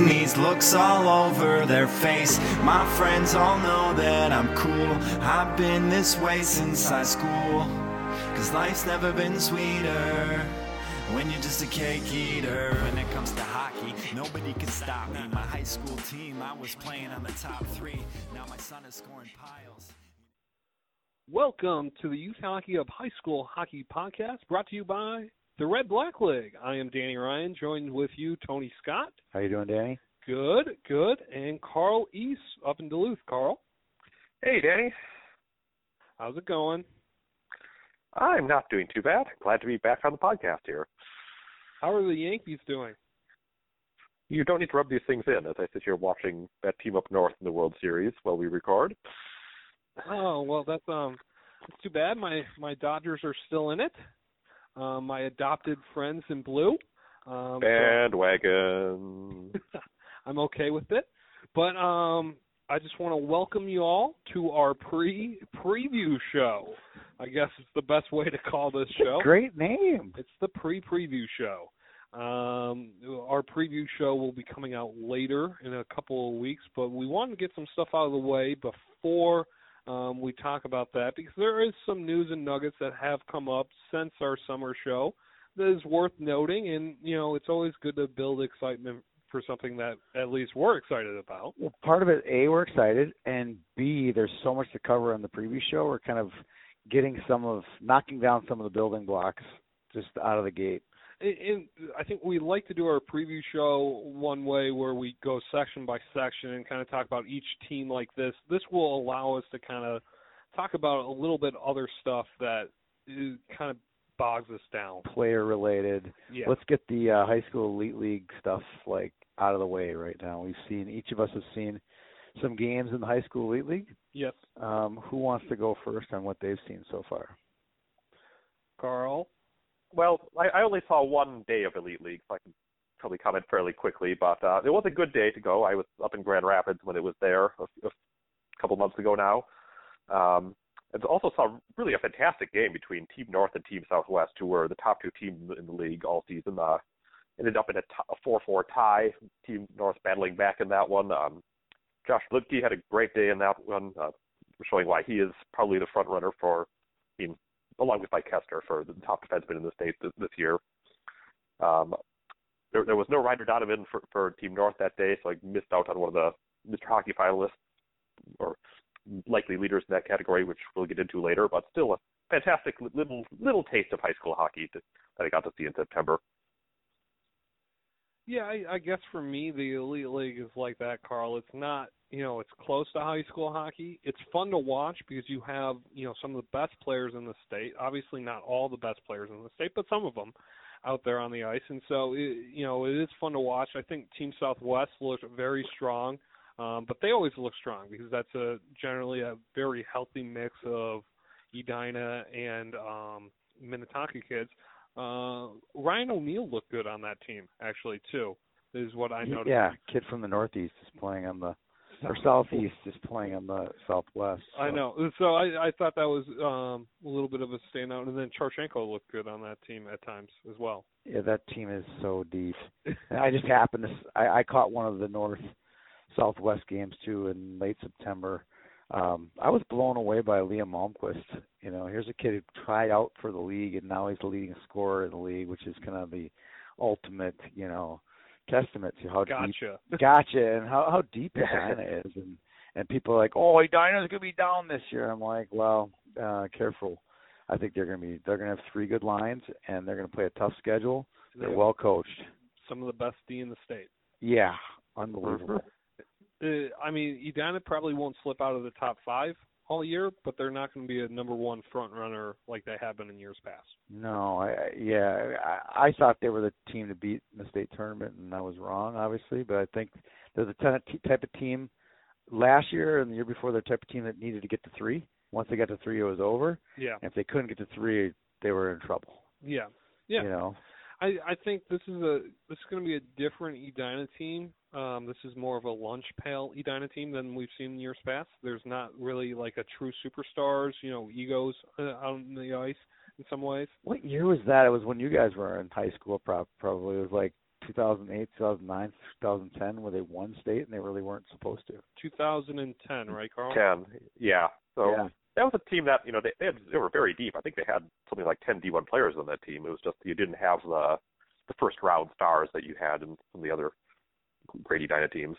These looks all over their face. My friends all know that I'm cool. I've been this way since high school. Cause life's never been sweeter. When you're just a cake eater. When it comes to hockey, nobody can stop me. My high school team, I was playing on the top three. Now my son is scoring piles. Welcome to the Youth Hockey of High School Hockey Podcast, brought to you by the Red Black League. I am Danny Ryan, joined with you, Tony Scott. How you doing, Danny? Good, good, and Carl East up in Duluth. Carl, Hey, Danny. how's it going? I'm not doing too bad. Glad to be back on the podcast here. How are the Yankees doing? You don't need to rub these things in as I sit here watching that team up north in the World Series while we record. Oh well, that's um, it's too bad. My my Dodgers are still in it. Um, my adopted friends in blue. Um, so- Bandwagon. I'm okay with it. But um I just want to welcome you all to our pre preview show. I guess it's the best way to call this show. Great name. It's the pre preview show. Um our preview show will be coming out later in a couple of weeks, but we want to get some stuff out of the way before um, we talk about that because there is some news and nuggets that have come up since our summer show that is worth noting, and you know it's always good to build excitement for something that at least we're excited about. Well, part of it, A, we're excited, and B, there's so much to cover on the preview show. We're kind of getting some of, knocking down some of the building blocks just out of the gate. And- And I think we like to do our preview show one way where we go section by section and kind of talk about each team like this. This will allow us to kind of talk about a little bit other stuff that is, kind of bogs us down. Player related. Yeah. Let's get the uh, high school elite league stuff like out of the way right now. We've seen each of us have seen some games in the high school elite league. yes, Um, who wants to go first on what they've seen so far? Carl. Well, I, I only saw one day of Elite League, so I can probably comment fairly quickly. But uh, it was a good day to go. I was up in Grand Rapids when it was there a, a couple months ago now. Um, and also saw really a fantastic game between Team North and Team Southwest, who were the top two teams in the league all season. Uh, ended up in a t- a 4-4 tie. Team North battling back in that one. Um, Josh Lipke had a great day in that one, uh, showing why he is probably the front runner for along with Mike Kester for the top defenseman in the state this, this year. Um, there, there was no Ryder Donovan for, for Team North that day, so I missed out on one of the Mr. Hockey finalists or likely leaders in that category, which we'll get into later. But still, a fantastic li- little little taste of high school hockey that that I got to see in September. Yeah, I, I guess for me, the Elite League is like that, Carl. It's not, you know, it's close to high school hockey. It's fun to watch because you have, you know, some of the best players in the state. Obviously, not all the best players in the state, but some of them out there on the ice. And so, it, you know, it is fun to watch. I think Team Southwest looked very strong, um, but they always look strong because that's a generally a very healthy mix of Edina and um, Minnetonka kids. Uh, Ryan O'Neal looked good on that team, actually, too, is what I noticed. Yeah, kid from the Northeast is playing on the, or Southeast is playing on the Southwest. I so. know. So I, I thought that was um, a little bit of a standout. And then Charchenko looked good on that team at times as well. Yeah, that team is so deep. And I just happened to s- I, I caught one of the North Southwest games too in late September. Um, I was blown away by Liam Malmquist. You know, here's a kid who tried out for the league and now he's the leading scorer in the league, which is kind of the ultimate, you know, testament to how deep Gotcha. gotcha and how how deep Edina is and and people are like oh Edina's gonna be down this year I'm like well uh careful I think they're gonna be they're gonna have three good lines and they're gonna play a tough schedule They they're have well coached Some of the best D in the state. yeah unbelievable Uh, I mean, Edina probably won't slip out of the top five all year, but they're not going to be a number one front runner like they have been in years past. no I I- yeah I, I thought they were the team to beat in the state tournament and I was wrong obviously but I think they're the t- type of team last year and the year before they're the type of team that needed to get to three once they got to three it was over Yeah. and if they couldn't get to three they were in trouble Yeah. Yeah. you know I, I think this is a this is going to be a different Edina team. Um, this is more of a lunch pail Edina team than we've seen in years past. There's not really like a true superstars, you know, egos uh, out on the ice in some ways. What year was that? It was when you guys were in high school, prob- probably. It was like 2008, 2009, 2010 where they won state and they really weren't supposed to. 2010, right, Carl? Ten, yeah. So yeah. that was a team that you know they they, had, they were very deep. I think they had something like ten D1 players on that team. It was just you didn't have the the first round stars that you had in some of the other Grady Dyna teams.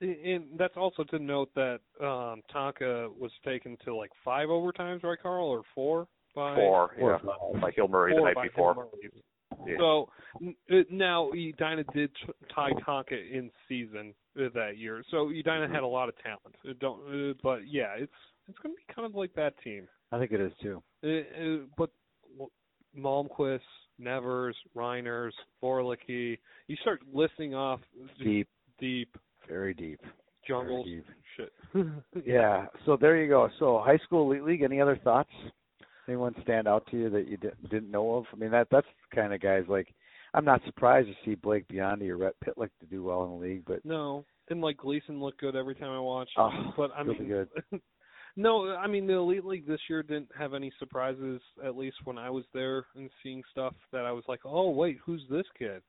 And that's also to note that um Tonka was taken to like five overtimes, right, Carl, or four by Four, Four yeah, or five. by Hill Murray four the by night before. Hill Murray. Yeah. So n- it- now Edina did t- tie Tonka in season uh, that year. So Edina had a lot of talent. Uh, Don't, uh, but yeah, it's it's going to be kind of like that team. I think it is too. Uh, uh, but w- Malmquist, Nevers, Reiners, Vorlicki, you start listing off Deep, deep very deep. very jungles deep. shit. Yeah. So there you go. So high school elite league. Any other thoughts? Anyone stand out to you that you didn't didn't know of? I mean, that that's the kind of guys like. I'm not surprised to see Blake Biondi or Rhett Pitlick to do well in the league, but No, and like Gleason looked good every time I watched. oh, but I really mean, good. no, I mean the elite league this year didn't have any surprises. At least when I was there and seeing stuff that I was like, oh wait, who's this kid?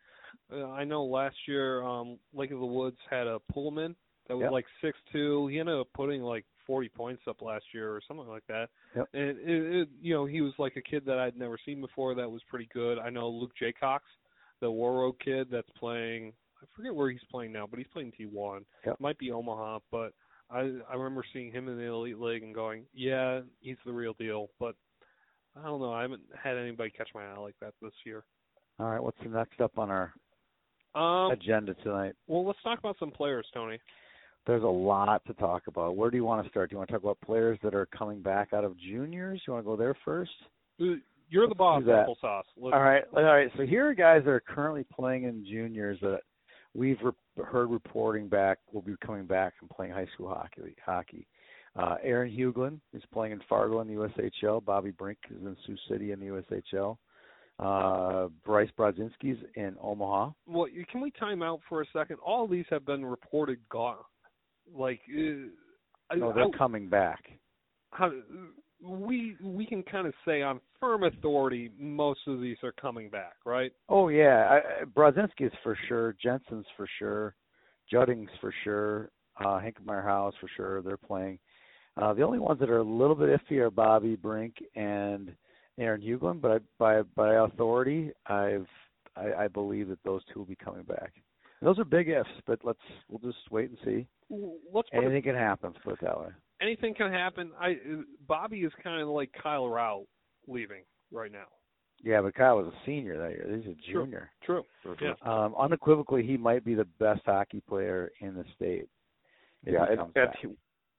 Uh, I know last year, um, Lake of the Woods had a Pullman that was Yep. like six two. He ended up putting like forty points up last year or something like that. Yep. And it, it, you know, he was like a kid that I'd never seen before. That was pretty good. I know Luke Jaycox, the Warroad kid that's playing. I forget where he's playing now, but he's playing T1. Yep. Might be Omaha, but I I remember seeing him in the elite league and going, yeah, he's the real deal. But I don't know. I haven't had anybody catch my eye like that this year. All right, what's the next up on our Um, agenda tonight? well, let's talk about some players, Tony. There's a lot to talk about. Where do you want to start? Do you want to talk about players that are coming back out of juniors? You want to go there first? You're the Let's boss, do that. applesauce. Let's, All right, all right. So here are guys that are currently playing in juniors that we've re- heard reporting back will be coming back and playing high school hockey. Hockey. Uh, Aaron Huglin is playing in Fargo in the USHL. Bobby Brink is in Sioux City in the USHL. Uh, Bryce Brodzinski's in Omaha. Well, you- can we time out for a second? All these have been reported gone. Like, uh, I, No, I, they're coming back. how, we we can kind of say on firm authority most of these are coming back, right? Oh yeah, I, I- Brzezinski's for sure. Jensen's for sure. Judding's for sure. Uh, Hinkmeyer House for sure. They're playing. Uh, the only ones that are a little bit iffy are Bobby Brink and Aaron Huglin, but I, by by authority, I've I, I believe that those two will be coming back. And those are big ifs, but let's we'll just wait and see. W- Let's put it Anything can happen. Let's put it that way. anything can happen. I Bobby is kind of like Kyle Rao leaving right now. Yeah, but Kyle was a senior that year. He's a Sure. junior. True. Mm-hmm. Yeah. Um, unequivocally, he might be the best hockey player in the state. if Yeah, he and, comes and back. he-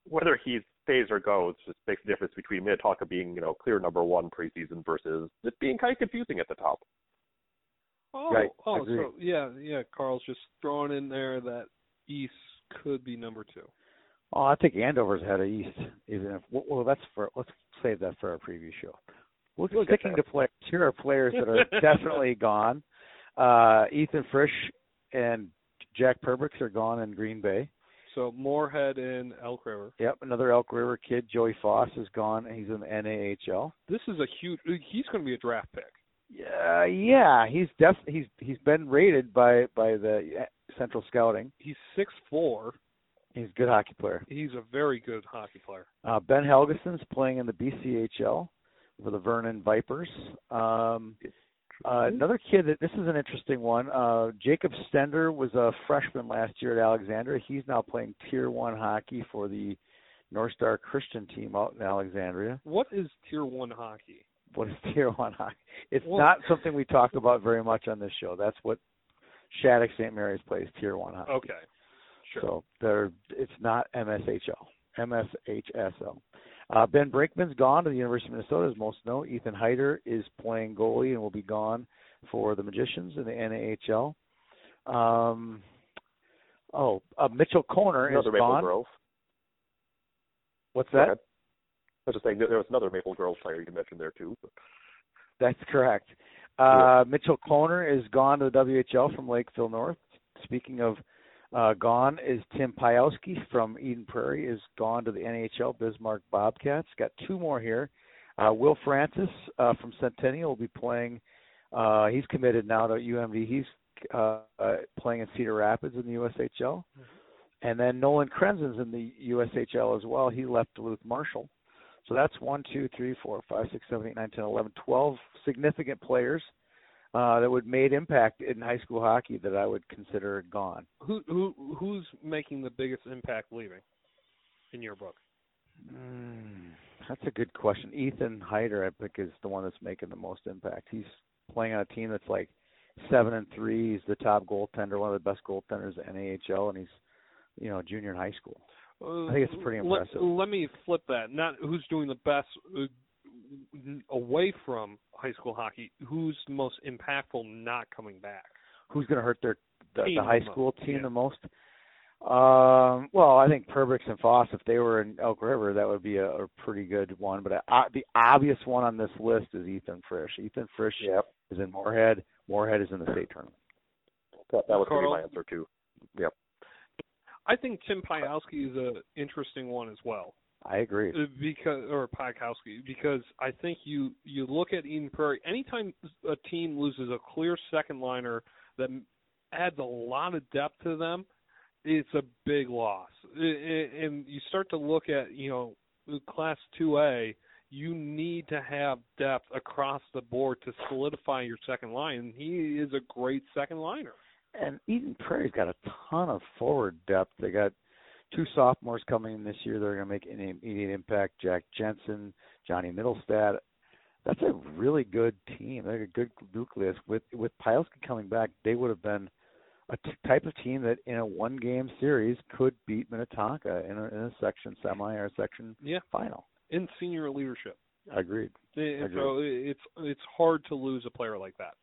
whether he stays or goes just makes the difference between Minnetonka being, you know, clear number one preseason versus it being kind of confusing at the top. Oh, Right, oh, agree. so yeah, yeah. Carl's just throwing in there that East could be number two. Oh, I think Andover's ahead of East. Even if well, well, that's for let's save that for our preview show. We're We'll get sticking to players. Here are players that are definitely gone. Uh, Ethan Frisch and Jack Perbix are gone in Green Bay. So Moorhead and Elk River. Yep, another Elk River kid, Joey Foss, is gone. He's in the NAHL. This is a huge. He's going to be a draft pick. Yeah, yeah, he's def he's he's been rated by by the uh, Central Scouting. He's six four. He's a good hockey player. He's a very good hockey player. Uh, ben Helgeson's playing in the BCHL for the Vernon Vipers. Um, uh, another kid that this is an interesting one. Uh, Jacob Stender was a freshman last year at Alexandria. He's now playing Tier One hockey for the North Star Christian team out in Alexandria. What is tier one hockey? What is Tier One hockey? It's Well- not something we talk about very much on this show. That's what Shattuck St. Mary's plays Tier One hockey. Okay, sure. So they're it's not MSHL, MSHSL. Uh, ben Brinkman's gone to the University of Minnesota, as most know. Ethan Heider is playing goalie and will be gone for the Magicians in the NAHL. Um, oh, uh, Mitchell Kohner is Another Maple gone. Grove. What's Go that? ahead. I was just saying there there was another Maple Grove player you mentioned there too. but- That's correct. Uh, Yeah. Mitchell Kohner is gone to the WHL from Lakeville North. Speaking of uh, gone, is Tim Piowski from Eden Prairie is gone to the NHL Bismarck Bobcats. Got two more here. Uh, Will Francis uh, from Centennial will be playing. Uh, he's committed now to UMD. He's uh, uh, playing in Cedar Rapids in the USHL, and then Nolan Krenzen's in the USHL as well. He left Duluth Marshall, so that's one, two, three, four, five, six, seven, eight, nine, ten, eleven, twelve significant players uh, that would made impact in high school hockey that I would consider gone. Who who who's making the biggest impact leaving in your book? Mm, that's a good question. Ethan Hyder, I think, is the one that's making the most impact. He's playing on a team that's like seven and three. He's the top goaltender, one of the best goaltenders in NHL, and he's you know a junior in high school. I think it's pretty Uh, impressive. Let, let me flip that. Not who's doing the best uh, away from high school hockey. Who's the most impactful not coming back? Who's going to hurt their the, Team the the high most, school team yeah. the most? Um, well, I think Perbix and Foss, if they were in Elk River, that would be a, a pretty good one. But I, the obvious one on this list is Ethan Frisch. Ethan Frisch Yep. is in Moorhead. Moorhead is in the state tournament. That, that was going to be Carl? my answer too. I think Tim Piowski is a interesting one as well. I agree. Uh, because or Podkowski because I think you you look at Eden Prairie anytime a team loses a clear second liner that adds a lot of depth to them it's a big loss I- I- and you start to look at you know class 2A you need to have depth across the board to solidify your second line he is a great second liner and Eden Prairie's got a ton of forward depth. They got two sophomores coming in this year. They're going to make an immediate impact. Jack Jensen, Johnny Middlestad. That's a really good team. They're a good nucleus. With with Pielski coming back, they would have been a t- type of team that in a one game series could beat Minnetonka in a, in a section semi or a section yeah final. in senior leadership Agreed. and so it's it's hard to lose a player like that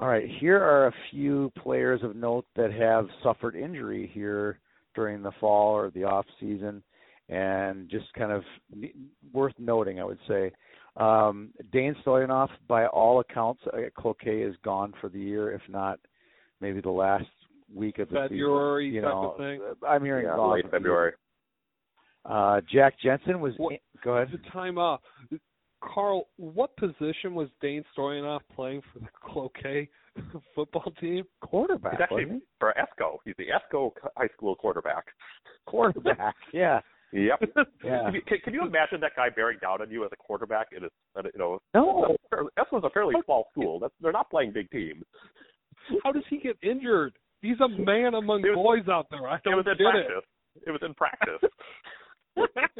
All right, here are a few players of note that have suffered injury here during the fall or the off season, and just kind of n- worth noting, I would say. Um, Dane Stoyanov, by all accounts, uh, Cloquet is gone for the year, if not maybe the last week of the February season. You type know, Uh, of thing. I'm hearing Yeah, gone late for the year. February. Uh, Jack Jensen was. What- in- go ahead. The time off. Carl, what position was Dane Stoyanov playing for the Cloquet football team? Quarterback. He's actually wasn't for Esco. He's the Esco high school quarterback. he? Quarterback. yeah. Yep. Yeah. Can, you- can, can you imagine that guy bearing down on you as a quarterback? It is, you know, No. Esco's a fairly small school. That's, they're not playing big teams. How does he get injured? He's a man among It boys out there. I It don't was in get it. practice. It was in practice.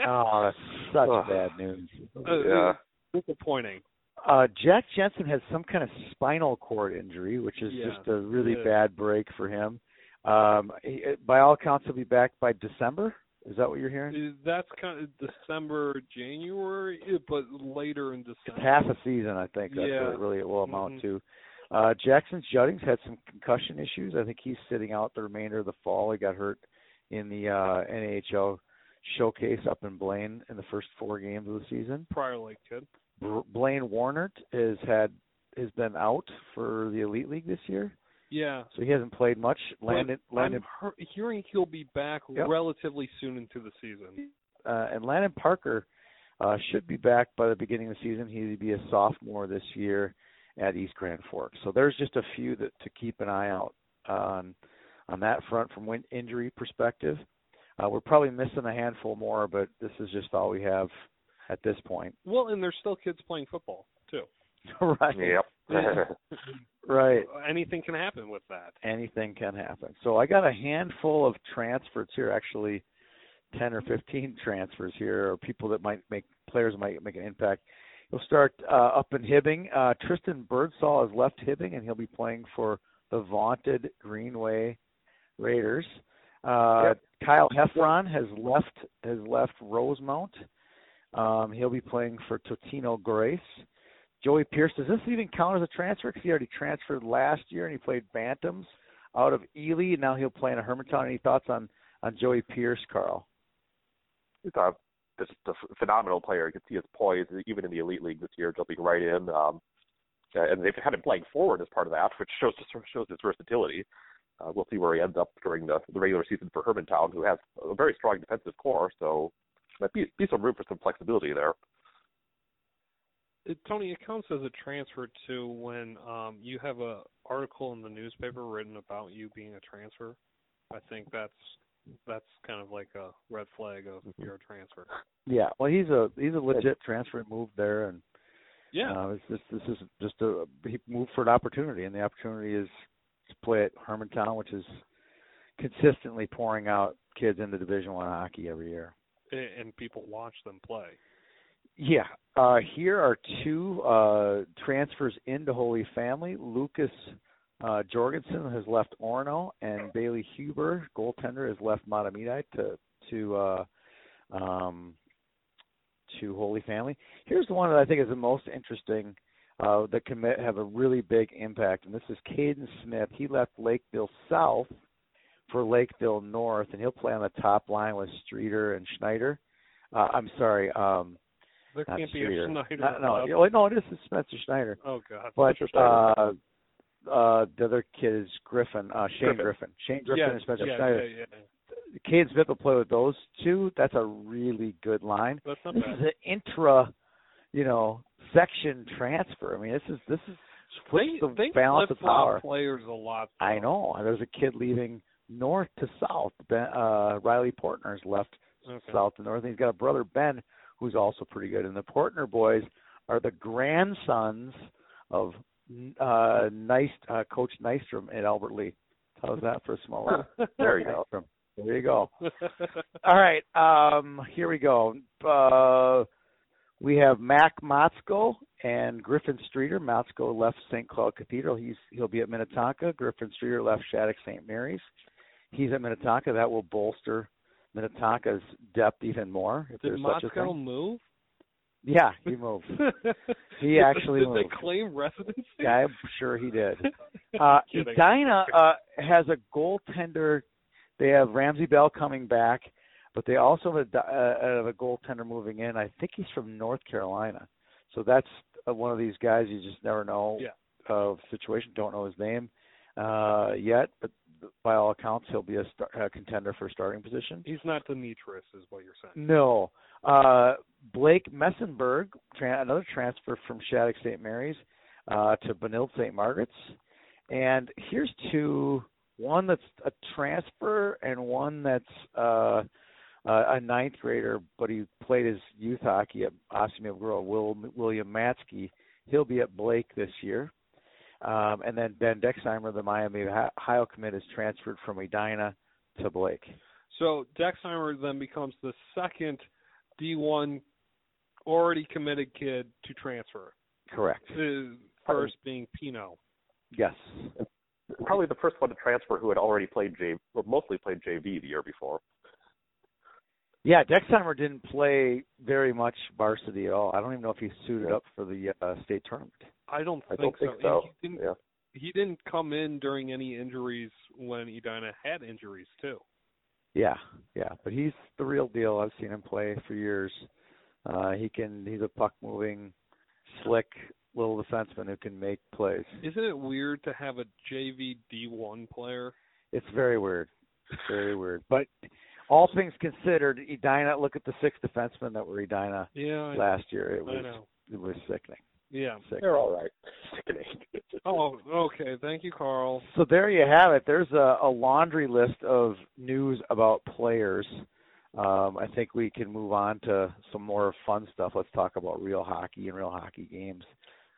Oh, that's such bad news. Uh, Yeah. Disappointing. Uh, Jack Jensen had some kind of spinal cord injury, which is Yeah, just a really yeah. bad break for him. Um, he, by all accounts, he'll be back by December. Is that what you're hearing? Uh, That's kind of December, January, uh, but later in It's December. half a season, I think. That's Yeah. what it really will amount Mhm. to. Uh, Jackson Juddings had some concussion issues. I think he's sitting out the remainder of the fall. He got hurt in the uh, NHL showcase up in Blaine in the first four games of the season. Prior Lake kid. Br- Blaine Warnert has had has been out for the Elite League this year. Yeah. So he hasn't played much. Landon Landon I'm hear- hearing he'll be back Yep. relatively soon into the season. uh, and Landon Parker uh, should be back by the beginning of the season. He'd be a sophomore this year at East Grand Forks. So there's just a few that to keep an eye out on on that front from win- injury perspective. Uh, we're probably missing a handful more, but this is just all we have at this point. Well, and there's still kids playing football, too. right. yep. Right. Anything can happen with that. anything can happen. So I got a handful of transfers here, actually ten or fifteen transfers here, or people that might make players might make an impact. He'll start uh, up in Hibbing. Uh, Tristan Birdsall has left Hibbing, and he'll be playing for the vaunted Greenway Raiders. Uh, Yep. Kyle Heffron has left has left Rosemount. Um, he'll be playing for Totino Grace. Joey Pierce. Does this even count as a transfer? Because he already transferred last year and he played Bantams out of Ely. And now he'll play in a Hermantown. Any thoughts on on Joey Pierce, Carl? He's a, just a ph- phenomenal player. You can see his poise, even in the elite league this year, jumping right in. Um, uh, and they've had him playing forward as part of that, which shows just shows his versatility. Uh, we'll see where he ends up during the, the regular season for Hermantown, who has a very strong defensive core. So might be, be some room for some flexibility there. it, Uh, Tony, it counts as a transfer too when um, you have a article in the newspaper written about you being a transfer. I think that's that's kind of like a red flag of Mm-hmm. you're a transfer. Yeah, well, he's a he's a legit transfer move there, and Yeah, uh, it's just, this is just a he moved for an opportunity, and the opportunity is to play at Hermantown, which is consistently pouring out kids into Division One hockey every year. a- and people watch them play. Yeah. Uh, here are two uh, transfers into Holy Family. Lucas uh, Jorgensen has left Orono, and Bailey Huber, goaltender, has left Matamidi to to uh, um, to Holy Family. Here's the one that I think is the most interesting. Uh, that can ma- have a really big impact, and this is Caden Smith. He left Lakeville South for Lakeville North, and he'll play on the top line with Streeter and Schneider. Uh, I'm sorry, um, There not can't Streeter. be a Schneider. Not- no, without- yeah, well, no, it is Spencer Schneider. Oh God. But Spencer uh, Schneider. uh, the other kid is Griffin, uh, Shane Griffin. Griffin. Shane Griffin yeah, and Spencer yeah, Schneider. yeah, yeah. Cade Smith will play with those two. That's a really good line. That's not This bad. is an intra, you know, section transfer. I mean, this is this is They, the they balance of flip-flop power. players a lot. I though. know. There's a kid leaving north to south. Ben, uh, Riley Portner's left Okay. south to north. And he's got a brother Ben who's also pretty good. And the Portner boys are the grandsons of uh, nice uh, Coach Nystrom at Albert Lee. How's that for a small? world? There you go. Nystrom. There you go. All right. Um, here we go. Uh, we have Mac Motzko and Griffin Streeter. Motzko left St. Cloud Cathedral. He's he'll be at Minnetonka. Griffin Streeter left Shattuck St. Mary's. He's at Minnetonka. That will bolster Minnetonka's depth even more if Did there's such a Moscow thing. move? Yeah, he moved. He Did- actually did moved. they claim residency? Yeah, I'm sure he did. Uh, Kidding. Edina uh, has a goaltender. They have Ramsey Bell coming back, but they also have a, uh, have a goaltender moving in. I think he's from North Carolina. So that's uh, one of these guys you just never know Yeah. of situation. Don't know his name uh, yet, but by all accounts, he'll be a, star, a contender for starting position. He's not Demetrius, is what you're saying. No. Uh, Blake Messenberg, tra- another transfer from Shattuck St. Mary's uh, to Benilde St. Margaret's. And here's two one that's a transfer and one that's uh, uh, a ninth grader, but he played his youth hockey at Ossium Grove, Will, William Matsky. He'll be at Blake this year. Um, and then Ben Dexheimer, the Miami Ohio commit, is transferred from Edina to Blake. So Dexheimer then becomes the second D1 already committed kid to transfer. Correct. The First being Pino. Yes. Probably the first one to transfer who had already played J, or mostly played JV the year before. Yeah, Dexheimer didn't play very much varsity at all. I don't even know if he suited up for the uh, state tournament. I don't I think don't so. And think so. He didn't, Yeah. he didn't come in during any injuries when Edina had injuries too. Yeah, yeah, but he's the real deal. I've seen him play for years. Uh, he can. He's a puck moving, slick little defenseman who can make plays. Isn't it weird to have a JV D1 player? It's very weird. It's very weird. But all things considered, Edina. Look at the six defensemen that were Edina Yeah, I, last year. It I was know. it was sickening. Yeah. Sickening. They're all right. Oh, okay. Thank you, Carl. So there you have it. There's a, a laundry list of news about players. Um, I think we can move on to some more fun stuff. Let's talk about real hockey and real hockey games.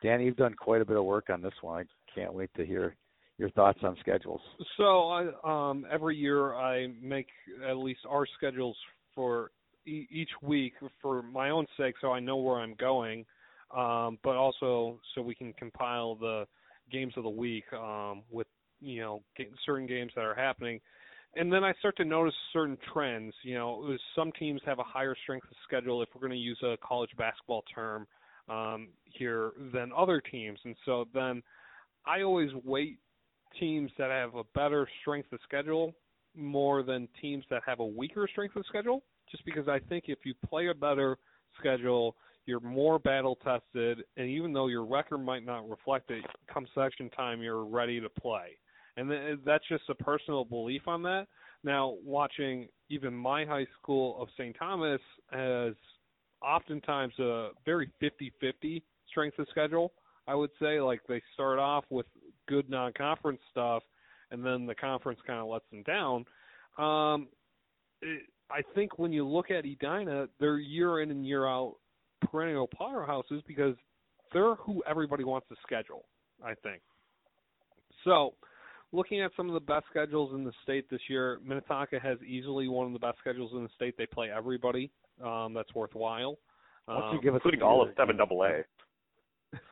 Danny, you've done quite a bit of work on this one. I can't wait to hear your thoughts on schedules. So I um every year I make at least our schedules for e- each week for my own sake so I know where I'm going um but also so we can compile the games of the week um with you know ga- certain games that are happening and then I start to notice certain trends you know it was- some teams have a higher strength of schedule if we're going to use a college basketball term um here than other teams and so then I always wait teams that have a better strength of schedule more than teams that have a weaker strength of schedule just because I think if you play a better schedule you're more battle tested and even though your record might not reflect it come section time you're ready to play and th- that's just a personal belief on that now watching even my high school of St. Thomas as oftentimes a very 50-50 strength of schedule. I would say like they start off with good non-conference stuff, and then the conference kind of lets them down. Um, it, I think when you look at Edina, they're year in and year out perennial powerhouses because they're who everybody wants to schedule. I think. So, looking at some of the best schedules in the state this year, Minnetonka has easily one of the best schedules in the state. They play everybody um, that's worthwhile, Why don't um, you give us including the all year of seven double A.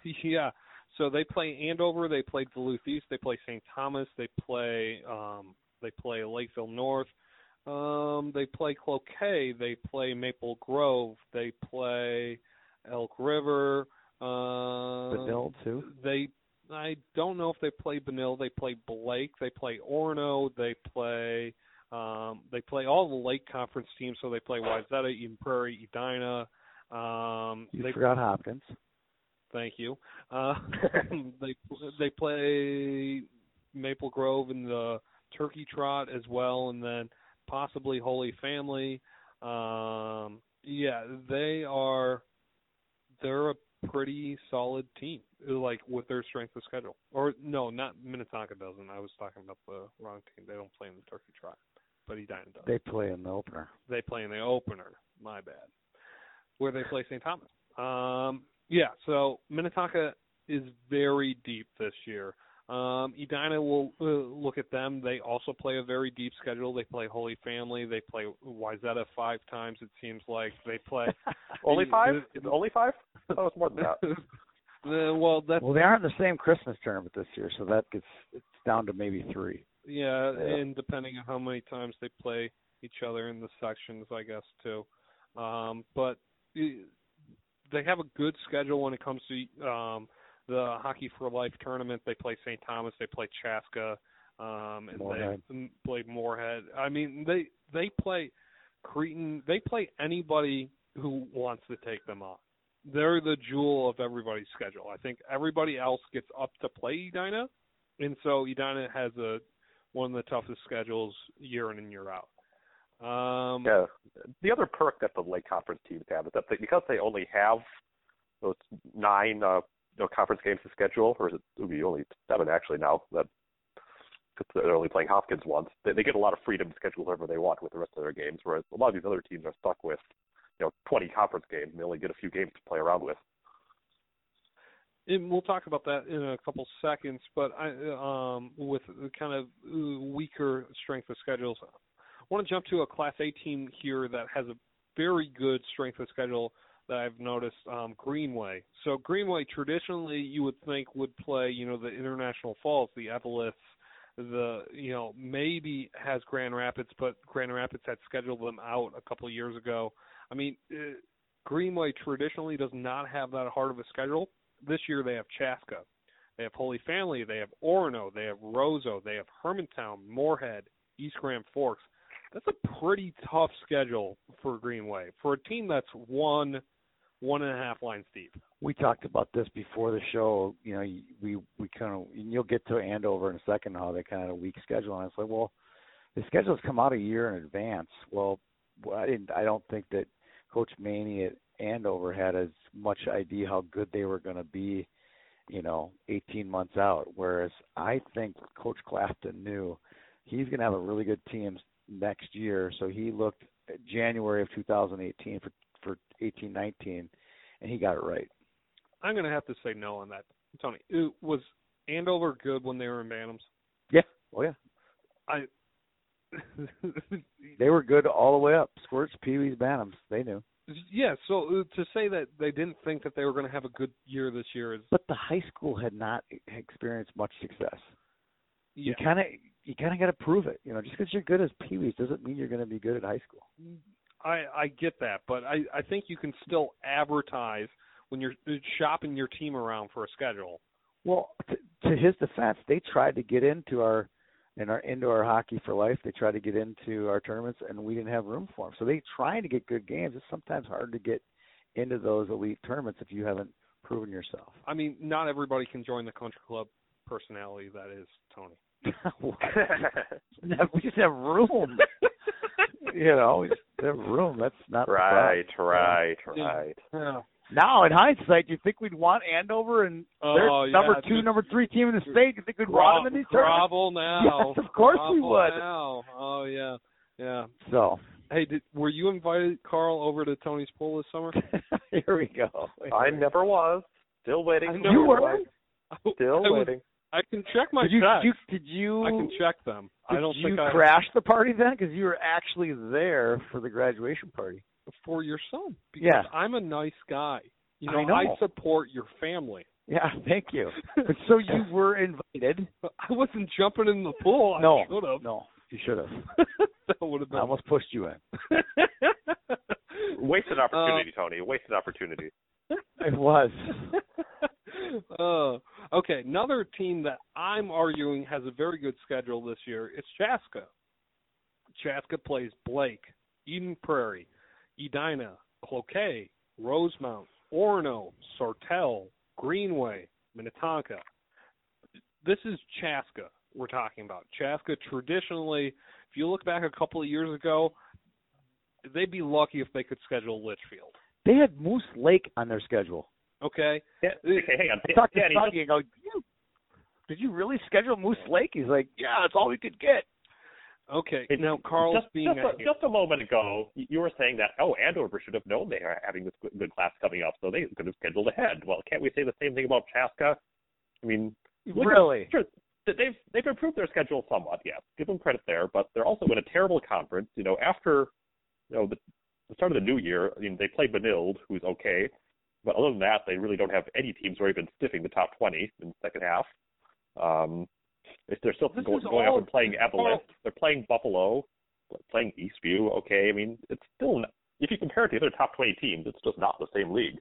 yeah. So they play Andover, they play Duluth East, they play St. Thomas, they play um they play Lakeville North, um, they play Cloquet, they play Maple Grove, they play Elk River, um Benilde too. they I don't know if they play Benil, they play Blake, they play Orno, they play um they play all the Lake Conference teams, so they play Wayzata, Eden Prairie, Edina. Um You they forgot Hopkins. Thank you. Uh, they they play Maple Grove in the Turkey Trot as well, and then possibly Holy Family. Um, yeah, they are they're a pretty solid team, like with their strength of schedule. Or no, not Minnetonka doesn't. I was talking about the wrong team. They don't play in the Turkey Trot, but Edina does. They play in the opener. They play in the opener. My bad. Where they play St. Thomas. Um, yeah, so Minnetonka is very deep this year. Um, Edina will uh, look at them. They also play a very deep schedule. They play Holy Family. They play Wyzetta five times. It seems like they play. Only the- five? the- It's only five? Oh, it's more than that. the, uh, well, that's Well, they aren't in the same Christmas tournament this year, so that gets it's down to maybe three. Yeah, Yeah. and depending on how many times they play each other in the sections, I guess too. Um, but eh, they have a good schedule when it comes to um, the Hockey for Life tournament. They play St. Thomas, they play Chaska, um, and Moorhead. they mm, play Moorhead. I mean, they they play Cretan. They play anybody who wants to take them on. They're the jewel of everybody's schedule. I think everybody else gets up to play Edina, and so Edina has a one of the toughest schedules year in and year out. Um, Yeah. The other perk that the Lake Conference teams have is that they, because they only have those nine uh, you know, conference games to schedule, or is it, it would be only seven actually now that because they're only playing Hopkins once, they, they get a lot of freedom to schedule whatever they want with the rest of their games. Whereas a lot of these other teams are stuck with you know 20 conference games and they only get a few games to play around with. and we'll talk about that in a couple seconds. But I, um, with the kind of uh, weaker strength of schedules, I want to jump to a Class A team here that has a very good strength of schedule that I've noticed. Um, Greenway. So Greenway traditionally you would think would play, you know, the International Falls, the Eveleths, the you know maybe has Grand Rapids, but Grand Rapids had scheduled them out a couple of years ago. I mean. Uh, Greenway traditionally does not have that hard of a schedule, this year they have Chaska, they have Holy Family, they have Orono, they have Roseau, they have Hermantown, Moorhead, East Grand Forks. That's a pretty tough schedule for Greenway for a team that's one, one and a half lines deep. We talked about this before the show. You know, y- we we kind of and you'll get to Andover in a second how they kind of had a weak schedule, and it's like, well, the schedules come out a year in advance. Well, well, I didn't. I don't think that Coach Maney at Andover had as much idea how good they were going to be, you know, 18 months out. Whereas I think Coach Clafton knew he's going to have a really good team next year, so he looked at January of 2018 for for 18 19, and he got it right. I'm going to have to say no on that, Tony. It was Andover good when they were in Bantams? Oh yeah, I. they were good all the way up. Squirts, Pee-wees, Bantams, they knew. yeah, so uh, to say that they didn't think that they were going to have a good year this year is But the high school had not experienced much success. yeah. You kind of you kind of got to prove it. You know, just because you're good as Pee-wees doesn't mean you're going to be good at high school. I I get that, but I I think you can still advertise when you're shopping your team around for a schedule. Well, to, to his defense, they tried to get into our in our into our hockey for life. They tried to get into our tournaments, and we didn't have room for them. So they tried to get good games. It's sometimes hard to get into those elite tournaments if you haven't proven yourself. I mean, not everybody can join the country club personality that is Tony. What? we just have room. you know, we just have room. That's not the problem. right, right, Yeah. right. Yeah. Now, in hindsight, you think we'd want Andover and their Oh, yeah, number two, just number three team in the state? You think we'd grovel- want them in these tournaments? grovel now. Yes, of course we Grovel would. Now. Oh yeah, yeah. So Hey, did, were you invited, Carl, over to Tony's pool this summer? here we go. I never was. Still waiting. I for know you my were. invite. I Still was- waiting. I can check my Did you, checks. did you did you I can check them. did I don't you think I crash the party then? Because you were actually there for the graduation party. for your son because Yeah. I'm a nice guy. You know, I know. support your family. Yeah, thank you. But so you were invited. But I wasn't jumping in the pool. no, I should have. no, you should have. that would have I been. almost pushed you in. Wasted opportunity, Tony. Wasted opportunity. It was. uh, okay, another team that I'm arguing has a very good schedule this year. It's Chaska. Chaska plays Blake, Eden Prairie, Edina, Cloquet, Rosemount, Orono, Sortel, Greenway, Minnetonka. This is Chaska we're talking about. Chaska traditionally, if you look back a couple of years ago, they'd be lucky if they could schedule Litchfield. They had Moose Lake on their schedule. Okay, Yeah, okay, hang on. I talked to Danny, Scotty and go, you, did you really schedule Moose Lake? He's like, yeah, that's all we could get. okay. It- now Carl's just, being just, out a, just a moment ago, y- you were saying that oh, Andover should have known they are having this good- good class coming up, so they could have scheduled ahead. Well, can't we say the same thing about Chaska? I mean, look at- Really? sure, th- they've they've improved their schedule somewhat. Yes, give them credit there, but they're also in a terrible conference. You know, after you know the, the start of the new year, I mean, they play Benilde, who's okay, but other than that, they really don't have any teams who are even sniffing the top twenty in the second half. Um, if they're still This go- is going out all- and playing this is all- Evelyn. They're playing Buffalo, playing Eastview. Okay, I mean, it's still not, if you compare it to the other top twenty teams, it's just not the same league.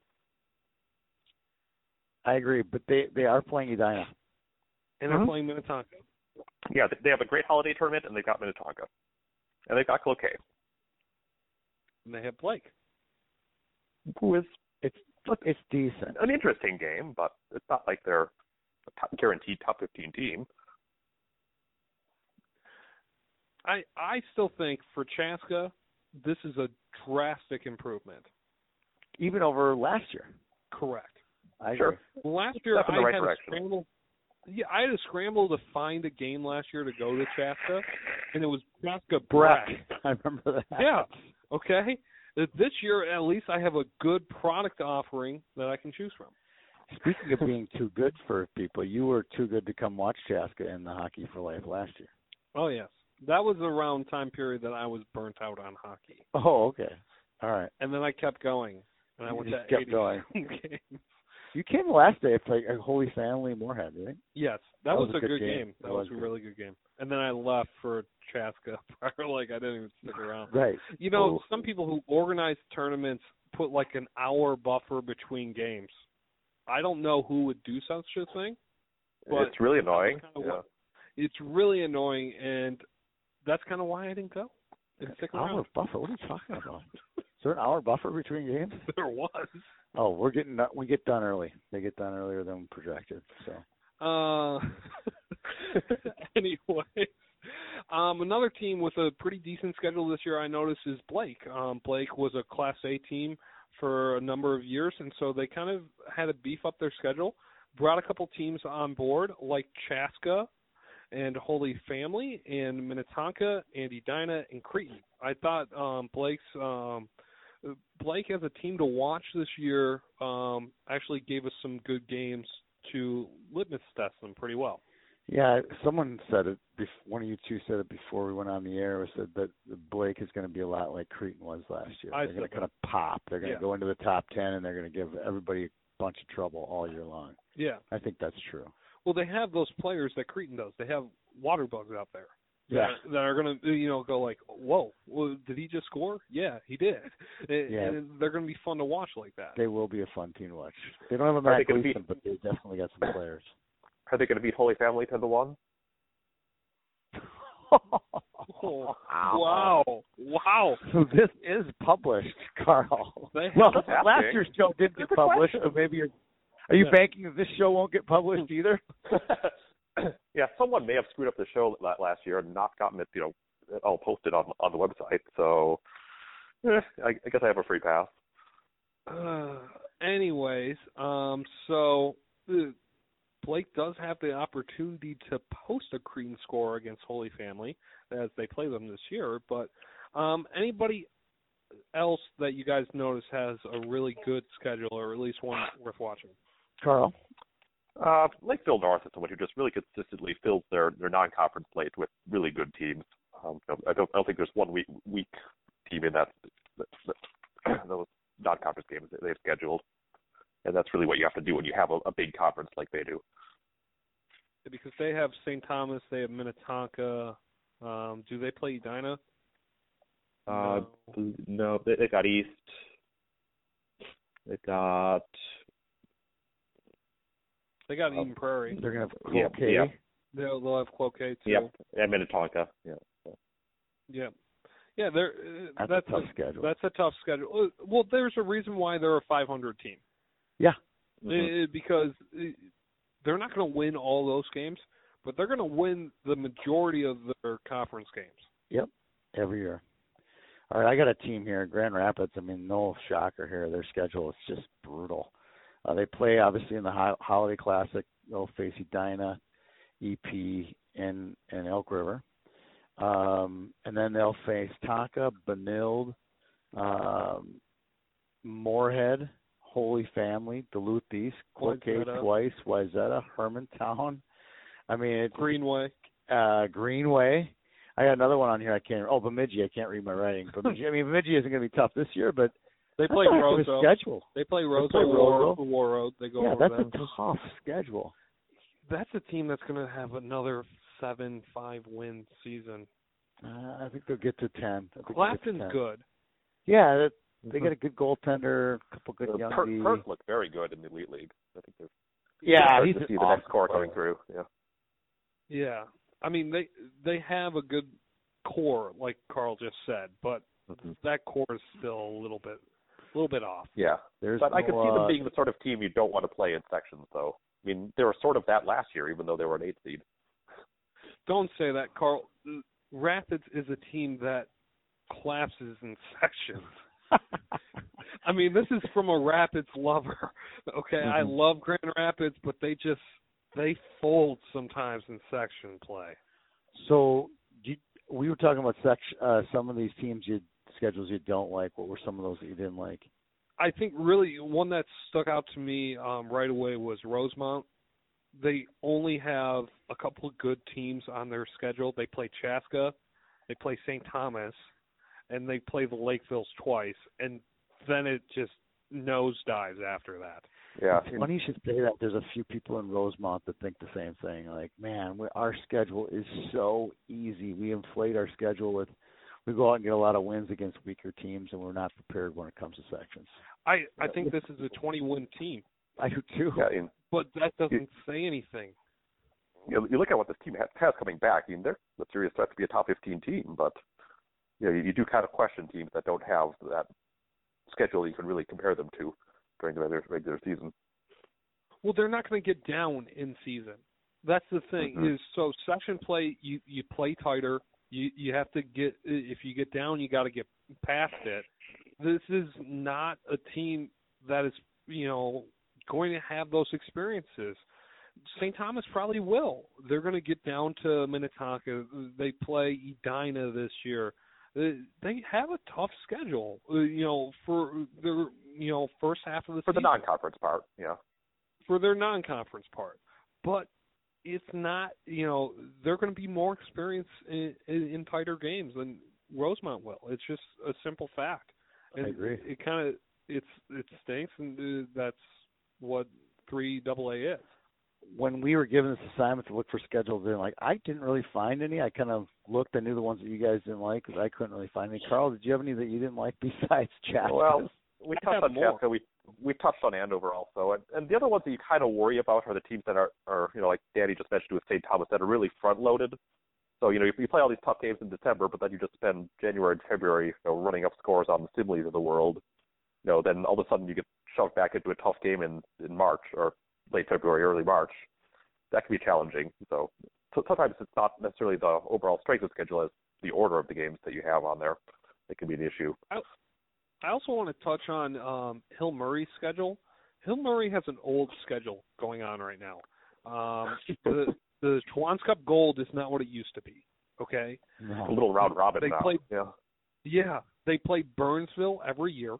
I agree, but they they are playing Edina. and they're Mhm. playing Minnetonka. Yeah, they- they have a great holiday tournament, and they've got Minnetonka, and they've got Cloquet. And they have Blake. who is Look, it's decent. an interesting game, but it's not like they're a top, guaranteed top 15 team. I I still think for Chaska, this is a drastic improvement. Even over last year. Correct. I Sure. agree. Last year Step in the I right had direction. a scramble. Yeah, I had a scramble to find a game last year to go to Chaska, and it was Chaska Breck. Breck. I remember that. Yeah. Okay. Uh, This year, at least, I have a good product offering that I can choose from. Speaking of being too good for people, you were too good to come watch Chaska in the Hockey for Life last year. Oh yes, that was around time period that I was burnt out on hockey, Oh, okay. All right. and then I kept going, and I You went just to kept 80 going. games. You came last day. It's like a Holy Family Moorhead, right? Yes, that, was, a good, game. That, That was, was a good. really good game. And then I left for Chaska. like I didn't even stick around. Right. You know, Oh. some people who organize tournaments put like an hour buffer between games. I don't know who would do such a thing. But it's really annoying. kinda Yeah. what- It's really annoying, and that's kind of why I didn't go. And stick Hour around. buffer. What are you talking about? Is there an hour buffer between games? There was. Oh, we're getting done- we get done early. They get done earlier than projected. So Uh, anyway, um, another team with a pretty decent schedule this year I noticed is Blake. Um, Blake was a Class A team for a number of years, and so they kind of had to beef up their schedule. Brought a couple teams on board, like Chaska and Holy Family, and Minnetonka, and Edina, and Creighton. I thought um, Blake's um, Blake as a team to watch this year um, actually gave us some good games to litmus test them pretty well. yeah, someone said it. Bef- one of you two said it before we went on the air. Was said that the Blake is going to be a lot like Creighton was last year. I they're going said to kind of pop. They're going to Yeah. go into the top ten and they're going to give everybody a bunch of trouble all year long. Yeah. I think that's true. Well, they have those players that Creighton does. They have water bugs out there Yeah. that, that are going to, you know, go like, "Whoa, well, did he just score? Yeah, he did." And, Yeah. and they're going to be fun to watch like that. They will be a fun team to watch. They don't have a Are they Matt gonna be- Gleason, but they definitely got some players. Are they going to beat Holy Family 10 to 1? Oh, wow! Wow! So this is published, Carl. They have Well, That's last happening. year's show did get It's a published, so question. maybe you're. Are you Yeah. banking that this show won't get published either? yeah, someone may have screwed up the show la- last year and not gotten it, you know, all posted on on the website. So eh, I, I guess I have a free pass. Uh, anyways, um, so uh, Blake does have the opportunity to post a Cretan score against Holy Family as they play them this year. But um, anybody else that you guys notice has a really good schedule, or at least one worth watching? Carl. Uh, Lakeville North is someone who just really consistently fills their, their non-conference slate with really good teams. Um, you know, I don't I don't think there's one weak weak team in that, that, that those non-conference games that they've scheduled, and that's really what you have to do when you have a, a big conference like they do. Because they have St. Thomas, they have Minnetonka. Um, do they play Edina? Uh, no, they, they got East. They got They got Eden Prairie. They're gonna have Yeah, Cloquet. yeah. They'll, they'll have Cloquet too. yep, and Minnetonka. Yeah. Yeah. Yeah, they're, uh, That's, that's a tough schedule. That's a tough schedule. Uh, Well, there's a reason why they're a 500 team. Yeah. Mm-hmm. Uh, because uh, they're not going to win all those games, but they're going to win the majority of their conference games. every year. All right, I got a team here, Grand Rapids. I mean, no shocker here. Their schedule is just brutal. Uh, they play obviously in the ho- Holiday Classic. They'll face Edina, EP, E and and Elk River, um, and then they'll face Tonka, Benilde, um, Moorhead, Holy Family, Duluth East, Cloquet Wayzata. twice, Wyzetta, Hermantown. I mean, it's Greenway. uh Greenway. I got another one on here I can't oh Bemidji, I can't read my writing. Bemidji I mean Bemidji isn't gonna be tough this year, but They play that's a heck of a Roseau. schedule. They play Roseau. play Roseau. War, War Road. They go yeah, over that's them. a tough schedule. that's a team that's going to have another seven, five win season. Uh, I think they'll get to ten. I think they'll get to Clapton's 10. good. Yeah, that, they got a good goaltender, a couple good young Perk, D. Perk looked very good in the elite league. I think they're Yeah, hard he's to an see the awesome next core coming player. through. Yeah. Yeah, I mean they they have a good core, like Carl just said, but Mm-hmm. Mm. that core is still a little bit a little bit off. Yeah. There's But I no, could see uh, them being the sort of team you don't want to play in sections, though. I mean, they were sort of that last year, even though they were an eighth seed. Don't say that, Carl. Rapids is a team that collapses in sections. I mean, this is from a Rapids lover. Okay, I Mhm. love Grand Rapids, but they just they fold sometimes in section play. So do you, we were talking about section uh some of these teams you schedules you don't like. What were some of those that you didn't like? I think really one that stuck out to me um, right away was Rosemount. They only have a couple of good teams on their schedule. They play Chaska, they play St. Thomas, and they play the Lakevilles twice, and then it just nosedives after that. Yeah. It's funny you should say that. There's a few people in Rosemont that think the same thing. Like, man, we, our schedule is so easy. We inflate our schedule with, we go out and get a lot of wins against weaker teams, and we're not prepared when it comes to sections. I I think this is a 20-win team, I do too. Yeah, and but that doesn't say anything. you, know, you look at what this team has, has coming back. I mean, they're a serious threat to be a top 15 team, but you know, you, you do kind of question teams that don't have that schedule you can really compare them to during the regular, regular season. Well, they're not going to get down in season. That's the thing Mhm. is so section play you you play tighter. You you have to get if you get down you got to get past it. This is not a team that is, you know, going to have those experiences. St. Thomas probably will. They're going to get down to Minnetonka. They play Edina this year. Uh, They have a tough schedule, uh, you know, for their you know first half of the For the season non-conference part, yeah. for their non-conference part. But it's not, you know, they're going to be more experienced in, in, in tighter games than Rosemont will. It's just a simple fact. I And agree. It kind of it's it stinks, and uh, that's what three double A is. When we were given this assignment to look for schedules, and like, I didn't really find any. I kind of looked. I knew the ones that you guys didn't like because I couldn't really find any. Carl, did you have any that you didn't like besides Chad? Well, we I have touched on more. Chaska. We we touched on Andover also, and, and the other ones that you kind of worry about are the teams that are, are you know, like Danny just mentioned with St. Thomas, that are really front loaded. So you know, you, you play all these tough games in December, but then you just spend January and February, you know, running up scores on the Similes of the world. You know, then all of a sudden you get shoved back into a tough game in in March or late February, early March. That can be challenging. So, so sometimes it's not necessarily the overall strength of schedule as the order of the games that you have on there. It can be an issue. I also want to touch on um, Hill Murray's schedule Hill Murray has an old schedule going on right now. Um, the the Schwann's Cup Gold is not what it used to be. Okay, A little round robin They now. played- yeah. yeah, they play Burnsville every year.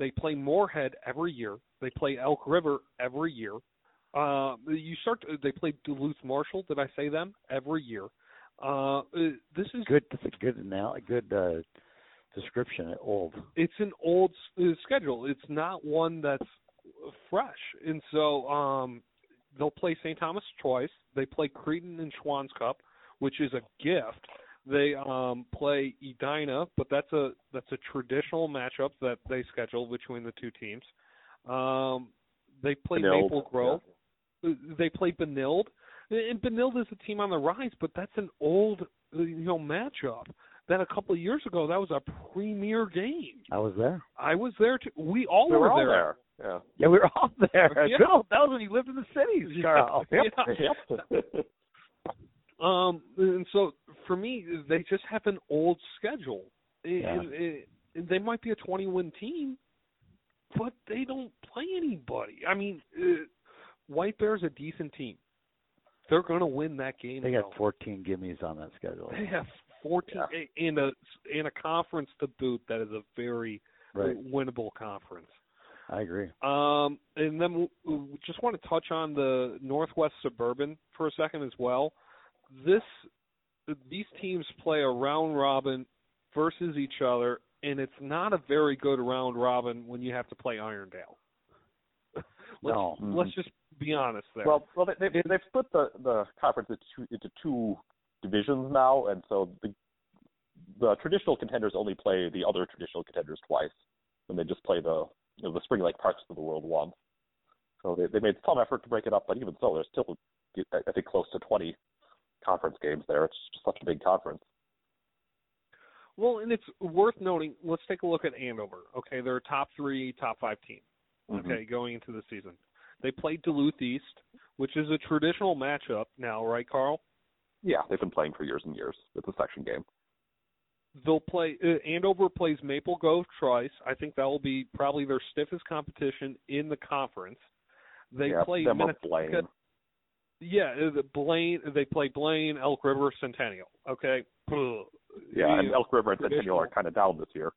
They play Moorhead every year. They play Elk River every year. Uh, you start. To, they play Duluth Marshall. Did I say them every year? Uh, it- this is Good. That's a good now. A good uh, description. Old. it's an old s- uh, schedule. It's not one that's fresh, and so um, they'll play St. Thomas twice. They play Creighton and Schwann's Cup, which is a gift. They um, play Edina, but that's a that's a traditional matchup that they schedule between the two teams. Um, they play Benilde, Maple Grove. Uh, They play Benilde, and Benilde is a team on the rise, but that's an old uh, you know matchup. That a couple of years ago, that was a premier game. I was there. I was there too. We all We were were all there. there. Yeah. Yeah, we were all there. Yeah. Good old- that was when you lived in the cities, Carl. Yeah. Yep. Um, and so for me, they just have an old schedule. And- Yeah. and- and they might be a 20 win team, but they don't play anybody. I mean, uh, White Bear's a decent team. They're going to win that game. They got now. 14 gimmies on that schedule. They have 14 in a in a conference to boot that is a very Right. winnable conference. I agree. Um, and then w- w- just want to touch on the Northwest Suburban for a second as well. This these teams play a round robin versus each other, and it's not a very good round robin when you have to play Irondale. let's, No. let's just be honest there. Well, well, they, they, they've split the the conference into two, into two divisions now, and so the the traditional contenders only play the other traditional contenders twice, and they just play the you know, the spring like parts of the world once. So they they made some effort to break it up, but even so, there's still I I think close to 20 conference games there. It's just such a big conference. Well, and it's worth noting. Let's take a look at Andover. Okay, they're a top three, top five team. Okay, going into the season, they play Duluth East, which is a traditional matchup now, right, Carl? Yeah, they've been playing for years and years. It's a section game. They'll play uh, Andover plays Maple Grove twice. I think that will be probably their stiffest competition in the conference. They yeah, play them or Minnetonka- Blaine. Yeah, uh, the Blaine. They play Blaine, Elk River, Centennial. Okay. Ugh. Yeah, and Elk River and Centennial are traditional. kind of down this year.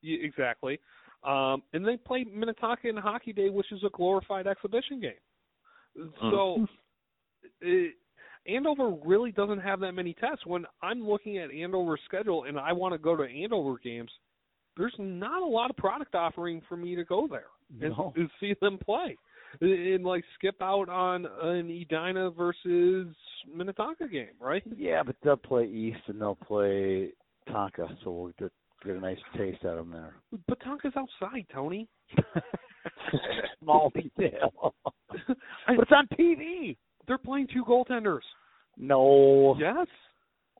Yeah, exactly. Um, and they play Minnetonka and Hockey Day, which is a glorified exhibition game. So, it, Andover really doesn't have that many tests. When I'm looking at Andover's schedule and I want to go to Andover games, there's not a lot of product offering for me to go there and, No. and see them play, and, and like skip out on an Edina versus Minnetonka game, right? Yeah, but they'll play East and they'll play Tonka, so we'll get, get a nice taste out of them there. But Tonka's outside, Tony. Small detail. I- but it's on TV. They're playing two goaltenders. No. Yes.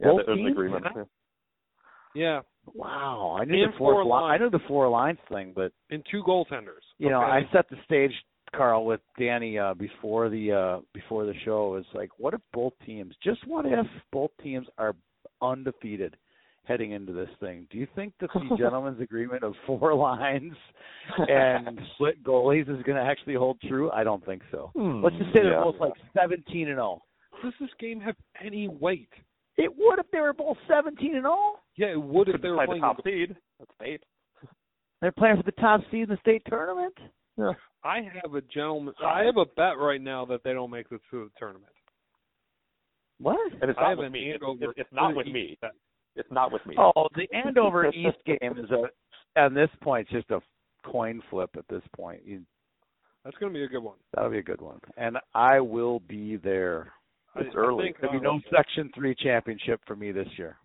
Yeah, Both there's an teams? agreement. Yeah. Yeah. Wow. I knew And the four. four li- I lines. knew the four lines thing, but and two goaltenders. you know, okay? I set the stage, Carl, with Danny uh, before the uh, before the show. Is like, what if both teams? Just what if both teams are undefeated heading into this thing? Do you think that the gentleman's agreement of four lines and split goalies is going to actually hold true? I don't think so. Hmm, Let's just say they're yeah. both like seventeen and zero. does this game have any weight? It would if they were both seventeen and oh? zero. Yeah, it would if Could they were decide playing. the top seed. That's fate. They're playing for the top seed in the state tournament. I have a gentleman. I have a bet right now that they don't make it to the tournament. What? And it's I not have with an me. It's- Andover. It's, it's not with me. Bet. It's not with me. Oh, the Andover East game is a. At this point, it's just a coin flip. At this point, you, That's going to be a good one. that'll be a good one, and I will be there. It's I, early. I think, There'll be uh, no Section Three championship for me this year.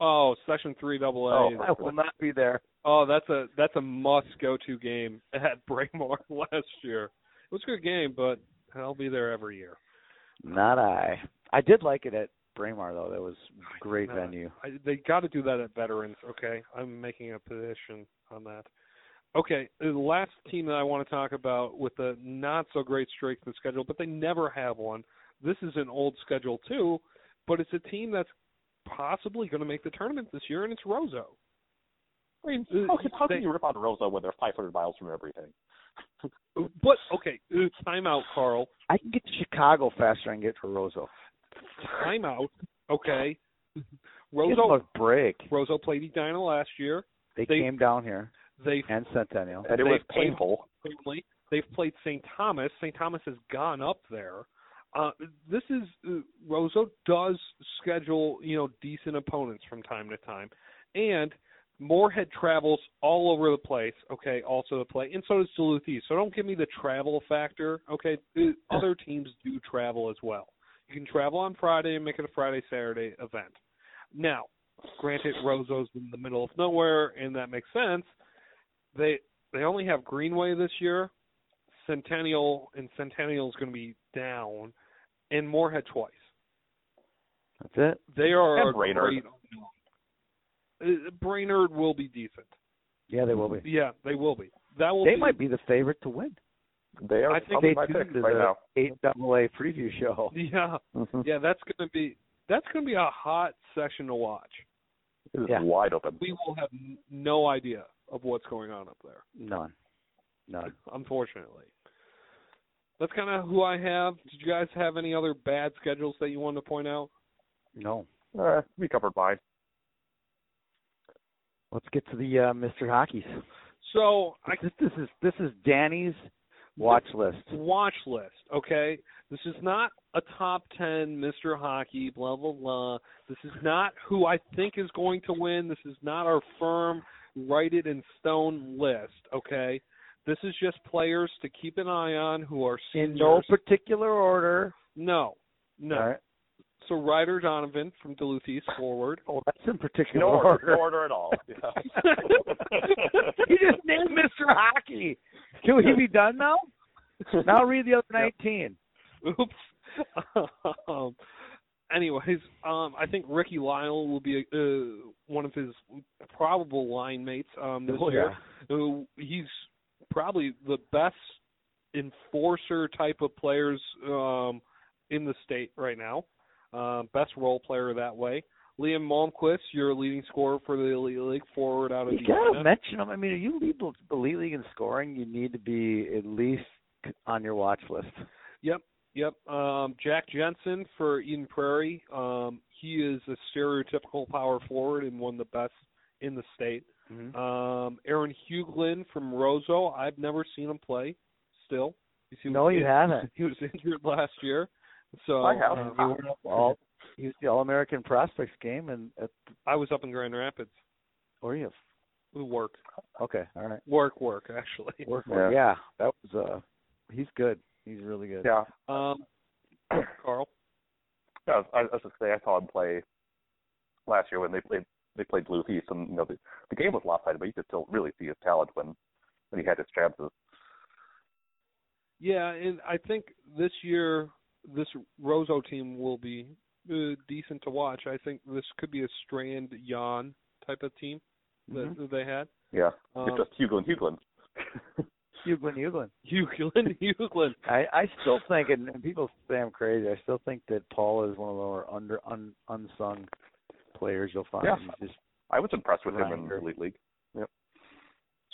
oh, section three double A. Oh, is- I will not be there. oh, that's a that's a must go to game at Braemar last year. It was a good game, but I'll be there every year. Not I. I did like it at Braemar though. That was great No, venue. I, they got to do that at veterans. Okay, I'm making a position on that. Okay, the last team that I want to talk about with a not so great strength of schedule, but they never have one. This is an old schedule too, but it's a team that's possibly going to make the tournament this year, and it's Roseau. I mean, uh, how, can, how they- can you rip on Rosa when they're 500 miles from everything? But okay, uh, time out, Carl. I can get to Chicago faster than I can get to Roseau. Time out. Okay. Give Roseau them a break. Roseau played Edina last year. They, They- came down here They and Centennial. and it They was played- painful. family. They've played St. Thomas. St. Thomas has gone up there. Uh, this is uh, Roseau does schedule you know decent opponents from time to time, and Moorhead travels all over the place. Okay, also to play, and so does Duluth East. So don't give me the travel factor. Okay, Uh, other teams do travel as well. You can travel on Friday and make it a Friday Saturday event. Now, granted, Roseau's in the middle of nowhere, and that makes sense. They they only have Greenway this year, Centennial, and Centennial's going to be down, and Moorhead twice. That's it. They are And a Brainerd. great unknown. Uh, Brainerd will be decent. Yeah, they will be. Yeah, they will be. That will They be, might be the favorite to win. They are I think probably Stay my tuned pick to right now. Mm-hmm. the eight double A preview show. Yeah, yeah. That's going to be that's going to be a hot session to watch. It is Yeah. wide open. We will have n- no idea of what's going on up there. None. None. unfortunately. That's kind of who I have. Did you guys have any other bad schedules that you wanted to point out? No. Uh, we covered mine. Let's get to the uh, Mr. Hockey's. So I This, this is this is Danny's watch list. watch list, okay? This is not a top ten Mr. Hockey, blah blah blah. This is not who I think is going to win. This is not our firm write it in stone list, okay? This is just players to keep an eye on who are In seniors. no particular order. no, no. All right. So Ryder Donovan from Duluth East forward. Oh, that's in particular No order, order. no order at all. Yeah. he just named Mr. Hockey. Can we be done now? Now read the other Yep. 19. Oops. um, anyways, um, I think Ricky Lyle will be uh, one of his probable line mates um, this Oh, year. Who he's probably the best enforcer type of players um, in the state right now. Uh, best role player that way. Liam Malmquist, your leading scorer for the Elite League, forward out of You the gotta mention them. I mean, if you lead the the league in scoring, you need to be at least on your watch list. Yep, yep. Um, Jack Jensen for Eden Prairie. Um, he is a stereotypical power forward and one of the best in the state. Um, Aaron Huglin from Roseau. I've never seen him play. Still, you see, No, you haven't. He was injured last year, so I have. um, And you were all, he was the All-American Prospects game, and at, I was up in Grand Rapids. were you? Work, Okay, all right. work, work. Actually, Work, Yeah. work. yeah, that was. uh He's good. He's really good. yeah. um, Carl. I was, I was just say I saw him play last year when they played they played Blue East, and you know the, the game was lopsided, but you could still really see his talent when when he had his chances. Yeah, and I think this year this Roseau team will be uh, decent to watch. I think this could be a Strand Jan type of team that, Mhm. that they had. Yeah, Um, it's just Hugo and Hugo. Hughlin, Hughlin. Hughlin, Hughlin. I I still think, and, and people say I'm crazy. I still think that Paul is one of our under un, unsung players. You'll find Yeah. he's just I was impressed with him in Reinger. the Elite League.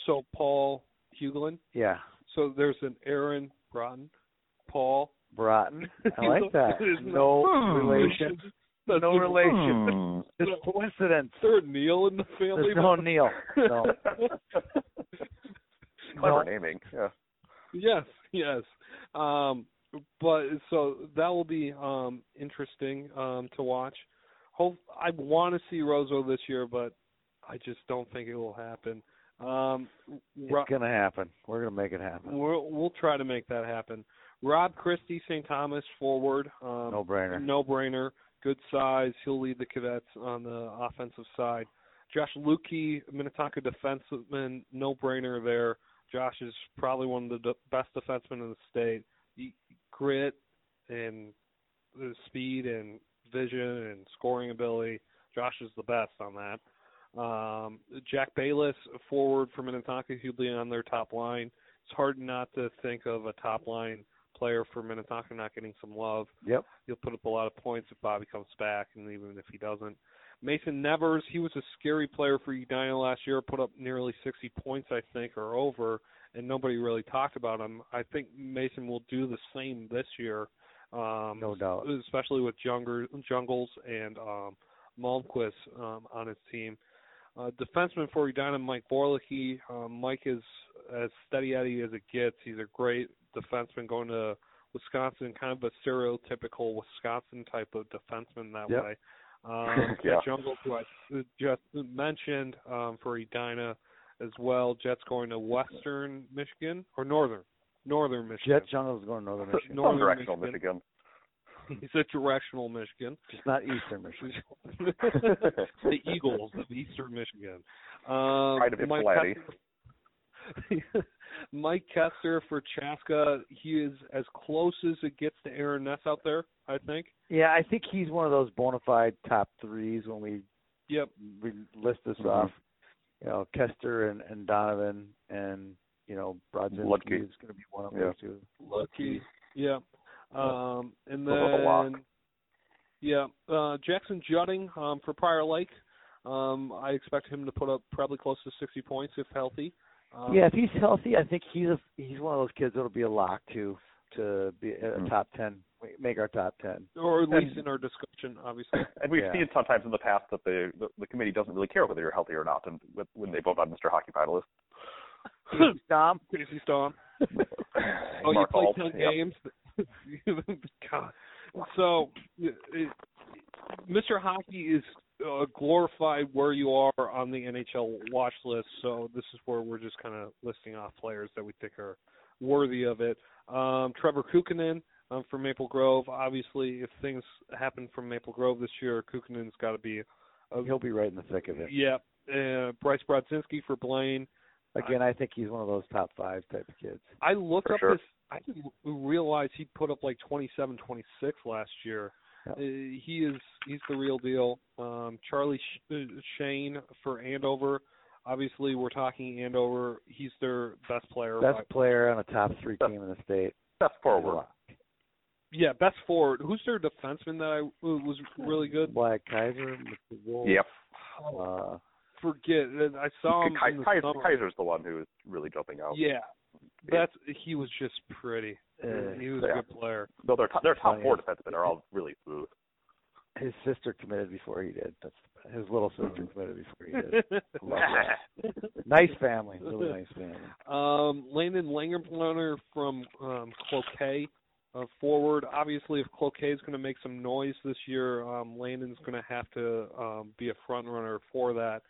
So Paul Hughlin. yeah. So there's an Aaron Broughton, Paul. Broughton. I like that. Isn't that- No relation. That's No the- relation. Hmm. Just coincidence. Third Neil in the family. There's no Neil. No. No. Clever naming. Yeah. Yes, yes. Um, but so that will be um, interesting um, to watch. Hope I want to see Roseau this year, but I just don't think it will happen. Um, Ro- It's gonna happen. We're gonna make it happen. we'll we'll try to make that happen. Rob Christie, St. Thomas forward, um, No brainer. no brainer, good size. He'll lead the cadets on the offensive side. Josh Lukey, Minnetonka defenseman, no brainer there. Josh is probably one of the de- best defensemen in the state. He, grit and the speed and vision and scoring ability. Josh is the best on that. Um, Jack Bayless, forward for Minnetonka, he'll be on their top line. It's hard not to think of a top line player for Minnetonka not getting some love Yep. he'll put up a lot of points if Bobby comes back, and even if he doesn't. Mason Nevers, he was a scary player for United last year, put up nearly 60 points, I think, or over, and nobody really talked about him. I think Mason will do the same this year. Um, No doubt. Especially with Junger, Jungles and um, Malmquist um, on his team. Uh, defenseman for Edina, Mike Borlicki. Um, Mike is as steady Eddie as it gets. He's a great defenseman going to Wisconsin, kind of a stereotypical Wisconsin type of defenseman that Yep. way. Um, Yeah. Jungle, who I s- just mentioned um, for Edina as well. Jets going to Western Michigan or Northern, Northern Michigan. Jet Jungle's going to Northern Some Michigan. Northern directional Michigan. Michigan. He's a directional Michigan. Just not Eastern Michigan. the Eagles of Eastern Michigan. Um, Pride of Mike Ypsilanti. Kessler- Mike Kessler for Chaska. He is as close as it gets to Aaron Ness out there, I think. Yeah, I think he's one of those bona fide top threes when we Yep. we list this Mhm. off. You know, Kester and, and Donovan and you know Brodzinski Lutke. is going to be one of Yeah. those two. Lucky. Yep. Um, and Those are the lock. then, yeah, uh, Jackson Jutting um, for Prior Lake. Um, I expect him to put up probably close to 60 points if healthy. Um, yeah, if he's healthy, I think he's a, he's one of those kids that'll be a lock to to be a Mhm. top ten, make our top ten. Or at least And- in our discussion, obviously. And we've Yeah. seen sometimes in the past that the, the the committee doesn't really care whether you're healthy or not, and with, when they vote on Mr. Hockey Finalist, Dom, Crazy Storm. Oh, Mark you Alt, play ten yep. games. God. So, it, it, Mr. Hockey is uh, glorified where you are on the NHL watch list. So this is where we're just kind of listing off players that we think are worthy of it. Um, Trevor Kukinen um, from Maple Grove. Obviously, if things happen from Maple Grove this year, Kukinen's got to be. A, oh, he'll be right in the thick of it. yeah. Uh, Bryce Brodzinski for Blaine. Again, I think he's one of those top five type of kids. I looked For up sure. his. I didn't realize he put up like 27, 26 last year. Yeah. Uh, he is he's the real deal. Um, Charlie Sh- uh, Shane for Andover. Obviously, we're talking Andover. He's their best player. by- Best player on a top three team in the state. Best forward. yeah, best forward. Who's their defenseman that I uh, was really good? Black Kaiser, Mr. Wolf. Yep. Oh, Uh, forget. Uh, I saw him Ki- in the Kaiser- summer. Kaiser's the one who's really jumping out. Yeah, that's he was just pretty. Uh, he was yeah. a good player. No, their top, their top Funny. four defensemen are all really smooth. his sister committed before he did. That's his little sister committed before he did. I love that. yeah, nice family, really nice family. Um, Landon Langenbloner from um, Cloquet uh, forward. Obviously, if Cloquet is going to make some noise this year, um, Landon's going to have to um, be a front runner for that.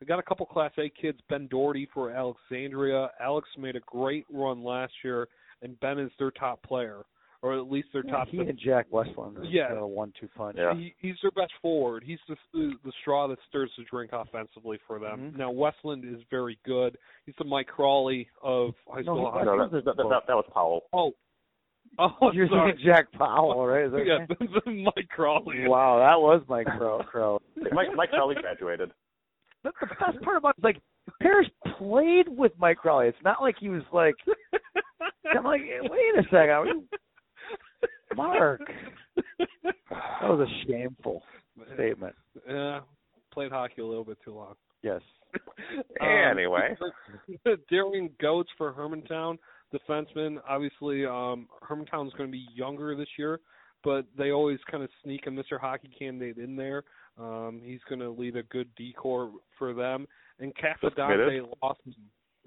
We got a couple Class A kids. Ben Doherty for Alexandria. Alex made a great run last year, and Ben is their top player, or at least their top. he and Jack Westland, are Yeah. kind of a one-two punch. Yeah. He, he's their best forward. He's the the straw that stirs the drink offensively for them. Mhm. Now Westland is very good. He's the Mike Crawley of high No, school hockey. he no, that, that, that, that, that was Powell. Oh. Oh, You're sorry. thinking Jack Powell, right? Is that- yeah, Mike Crawley. Wow, that was Mike Crow. Crow. Mike Mike Kelly graduated. That's the best part about it. Like Parrish played with Mike Crowley. It's not like he was like. I'm like, wait a second, Mark. That was a shameful statement. Yeah, played hockey a little bit too long. Yes. Anyway. Um, Darian Goats for Hermantown, defenseman. Obviously, um, Hermantown's going to be younger this year, but they always kind of sneak a Mr. Hockey candidate in there. Um, he's going to lead a good decor for them. And Cafadante committed. Lawson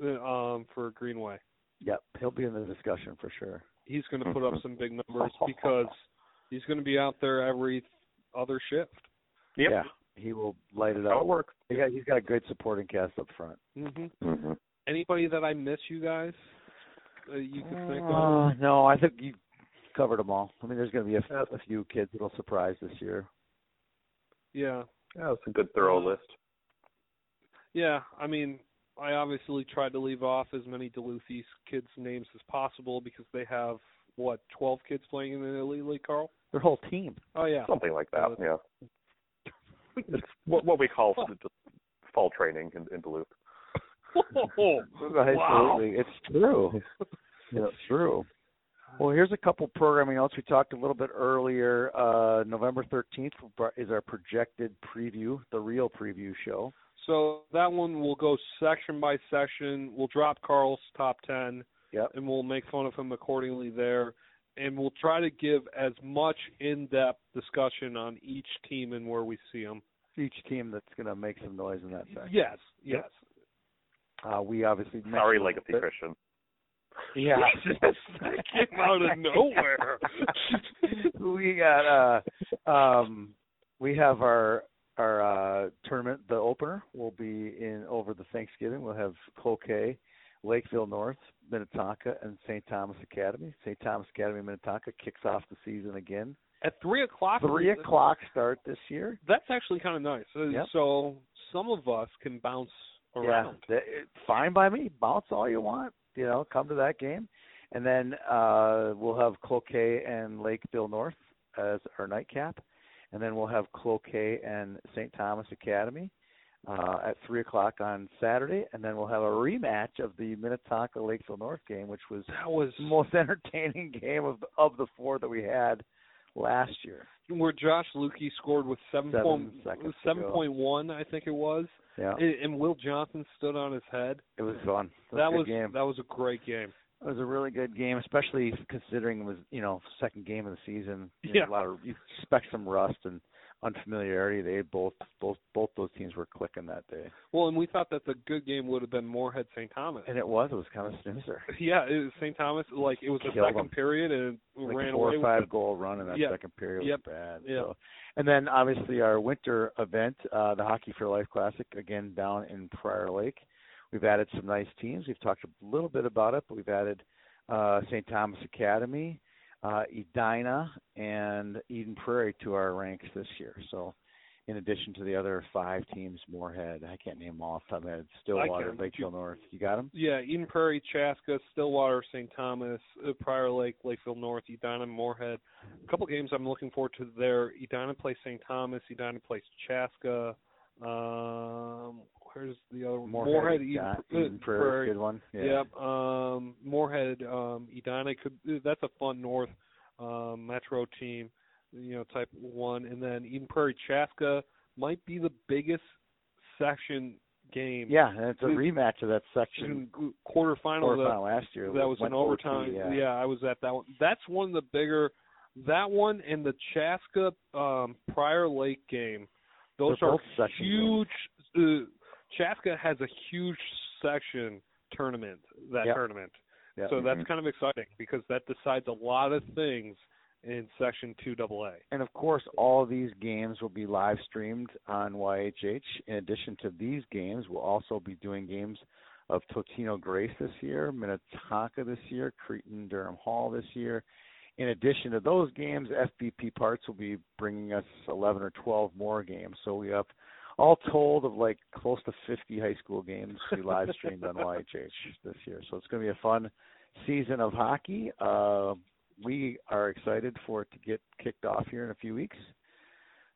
uh, um, for Greenway. Yep. He'll be in the discussion for sure. he's going to put up some big numbers because he's going to be out there every other shift. Yep. Yeah. He will light it How it up. works. He got, he's got a great supporting cast up front. hmm Mm-hmm. Anybody that I miss, you guys, uh, you can think of. Uh, no, I think you covered them all. I mean, there's going to be a, f- a few kids that'll surprise this year. Yeah, Yeah, it's a good thorough list. yeah. I mean, I obviously tried to leave off as many Duluth East kids' names as possible because they have what twelve kids playing in the elite league, Carl. Their whole team. Oh yeah, Something like that. Uh, Yeah. It's what what we call just fall training in, in Duluth. Whoa. Absolutely. It's true. Yeah. It's true. Well, here's a couple programming notes. We talked a little bit earlier. Uh, November 13th is our projected preview, the real preview show. So that one will go section by section. We'll drop Carl's top 10, Yep. and we'll make fun of him accordingly there. And we'll try to give as much in depth discussion on each team and where we see them. Each team that's going to make some noise in that section. Yes, yes. Uh, we obviously. Sorry, mentioned Legacy that- Christian. Yeah. that came out of nowhere. we got uh um we have our our uh tournament the opener will be in over the Thanksgiving. We'll have Cloquet, Lakeville North, Minnetonka and St. Thomas Academy. St. Thomas Academy Minnetonka kicks off the season again. At 3 o'clock. Three o'clock start this year. That's actually kind of nice. Uh, Yep. So some of us can bounce around. Yeah, that- it- fine by me. Bounce all you want. You know, come to that game, and then uh, we'll have Cloquet and Lakeville North as our nightcap, and then we'll have Cloquet and St. Thomas Academy uh, at three o'clock on Saturday, and then we'll have a rematch of the Minnetonka Lakeville North game, which was That was the most entertaining game of of the four that we had last year. where Josh Lukey scored with seven, Seven point seconds to seven go. point one, I think it was, Yeah, and, and Will Johnson stood on his head. it was fun. It was a that good was game. that was a great game. It was a really good game, especially considering it was you know second game of the season. You Yeah. know, a lot of you expect some rust and unfamiliarity. They both both both those teams were clicking that day, Well, and we thought that the good game would have been Moorhead St. Thomas. and it was it was kind of snoozer. yeah, it was St. Thomas like it was the Killed second 'em. period and it Like ran a four away or five with goal run in that Yeah. second period Yep. was bad. Yeah. So, and then obviously our winter event, uh, the Hockey for Life Classic, again down in Prior Lake. We've added some nice teams. We've talked a little bit about it, but we've added uh, St. Thomas Academy, uh, Edina, and Eden Prairie to our ranks this year. So, in addition to the other five teams, Moorhead, I can't name them all off the top of my head, Stillwater, can, but Lakeville you- North. You got them? it. Yeah, Eden Prairie, Chaska, Stillwater, St. Thomas, uh, Prior Lake, Lakeville North, Edina, Moorhead. A couple games I'm looking forward to there. Edina plays St. Thomas. Edina plays Chaska. Um, where's the other one? Moorhead, Eden, uh, Edi- Pra- Eden Prairie, good one. Yeah. Yep. Um, Moorhead, um, Edina could. That's a fun North um, Metro team, you know, type one. And then Eden Prairie Chaska might be the biggest section game. Yeah, and it's a Dude. rematch of that section Section g- quarterfinal. that- quarterfinal last year. that was went an overtime. 4-2, I was at that one. That's one of the bigger. That one and the Chaska um, Prior Lake game. Those They're are both section huge. Uh, Chaska has a huge section tournament. That Yep. tournament. Yeah. So that's Mhm. kind of exciting because that decides a lot of things in Section 2 AA. and of course, all these games will be live streamed on YHH. In addition to these games, we'll also be doing games of Totino Grace this year, Minnetonka this year, Cretan Durham Hall this year. In addition to those games, FBP Parts will be bringing us 11 or 12 more games. So we have all told of like close to 50 high school games we live streamed on YHH this year. So it's going to be a fun season of hockey. Uh, we are excited for it to get kicked off here in a few weeks.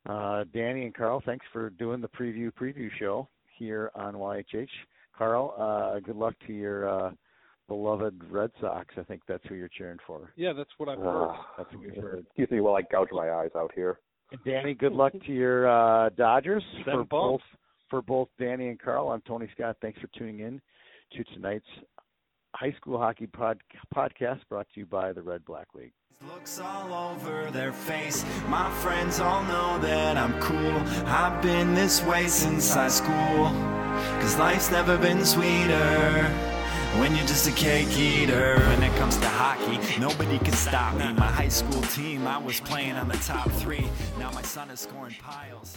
Uh, Danny and Carl, thanks for doing the preview preview show here on YHH. Carl, uh, good luck to your uh, beloved Red Sox. I think that's who you're cheering for. Yeah, that's what I've heard. Ah. That's what we've heard. Excuse me while I gouge my eyes out here. And Danny, good luck to your uh, Dodgers Them for both bumps. for both Danny and Carl. I'm Tony Scott. Thanks for tuning in to tonight's high school hockey pod- podcast brought to you by the Red Black League. Looks all over their face. My friends all know that I'm cool. I've been this way since high school. Cause life's never been sweeter. When you're just a cake eater. When it comes to hockey, nobody can stop me. My high school team, I was playing on the top three. Now my son is scoring piles.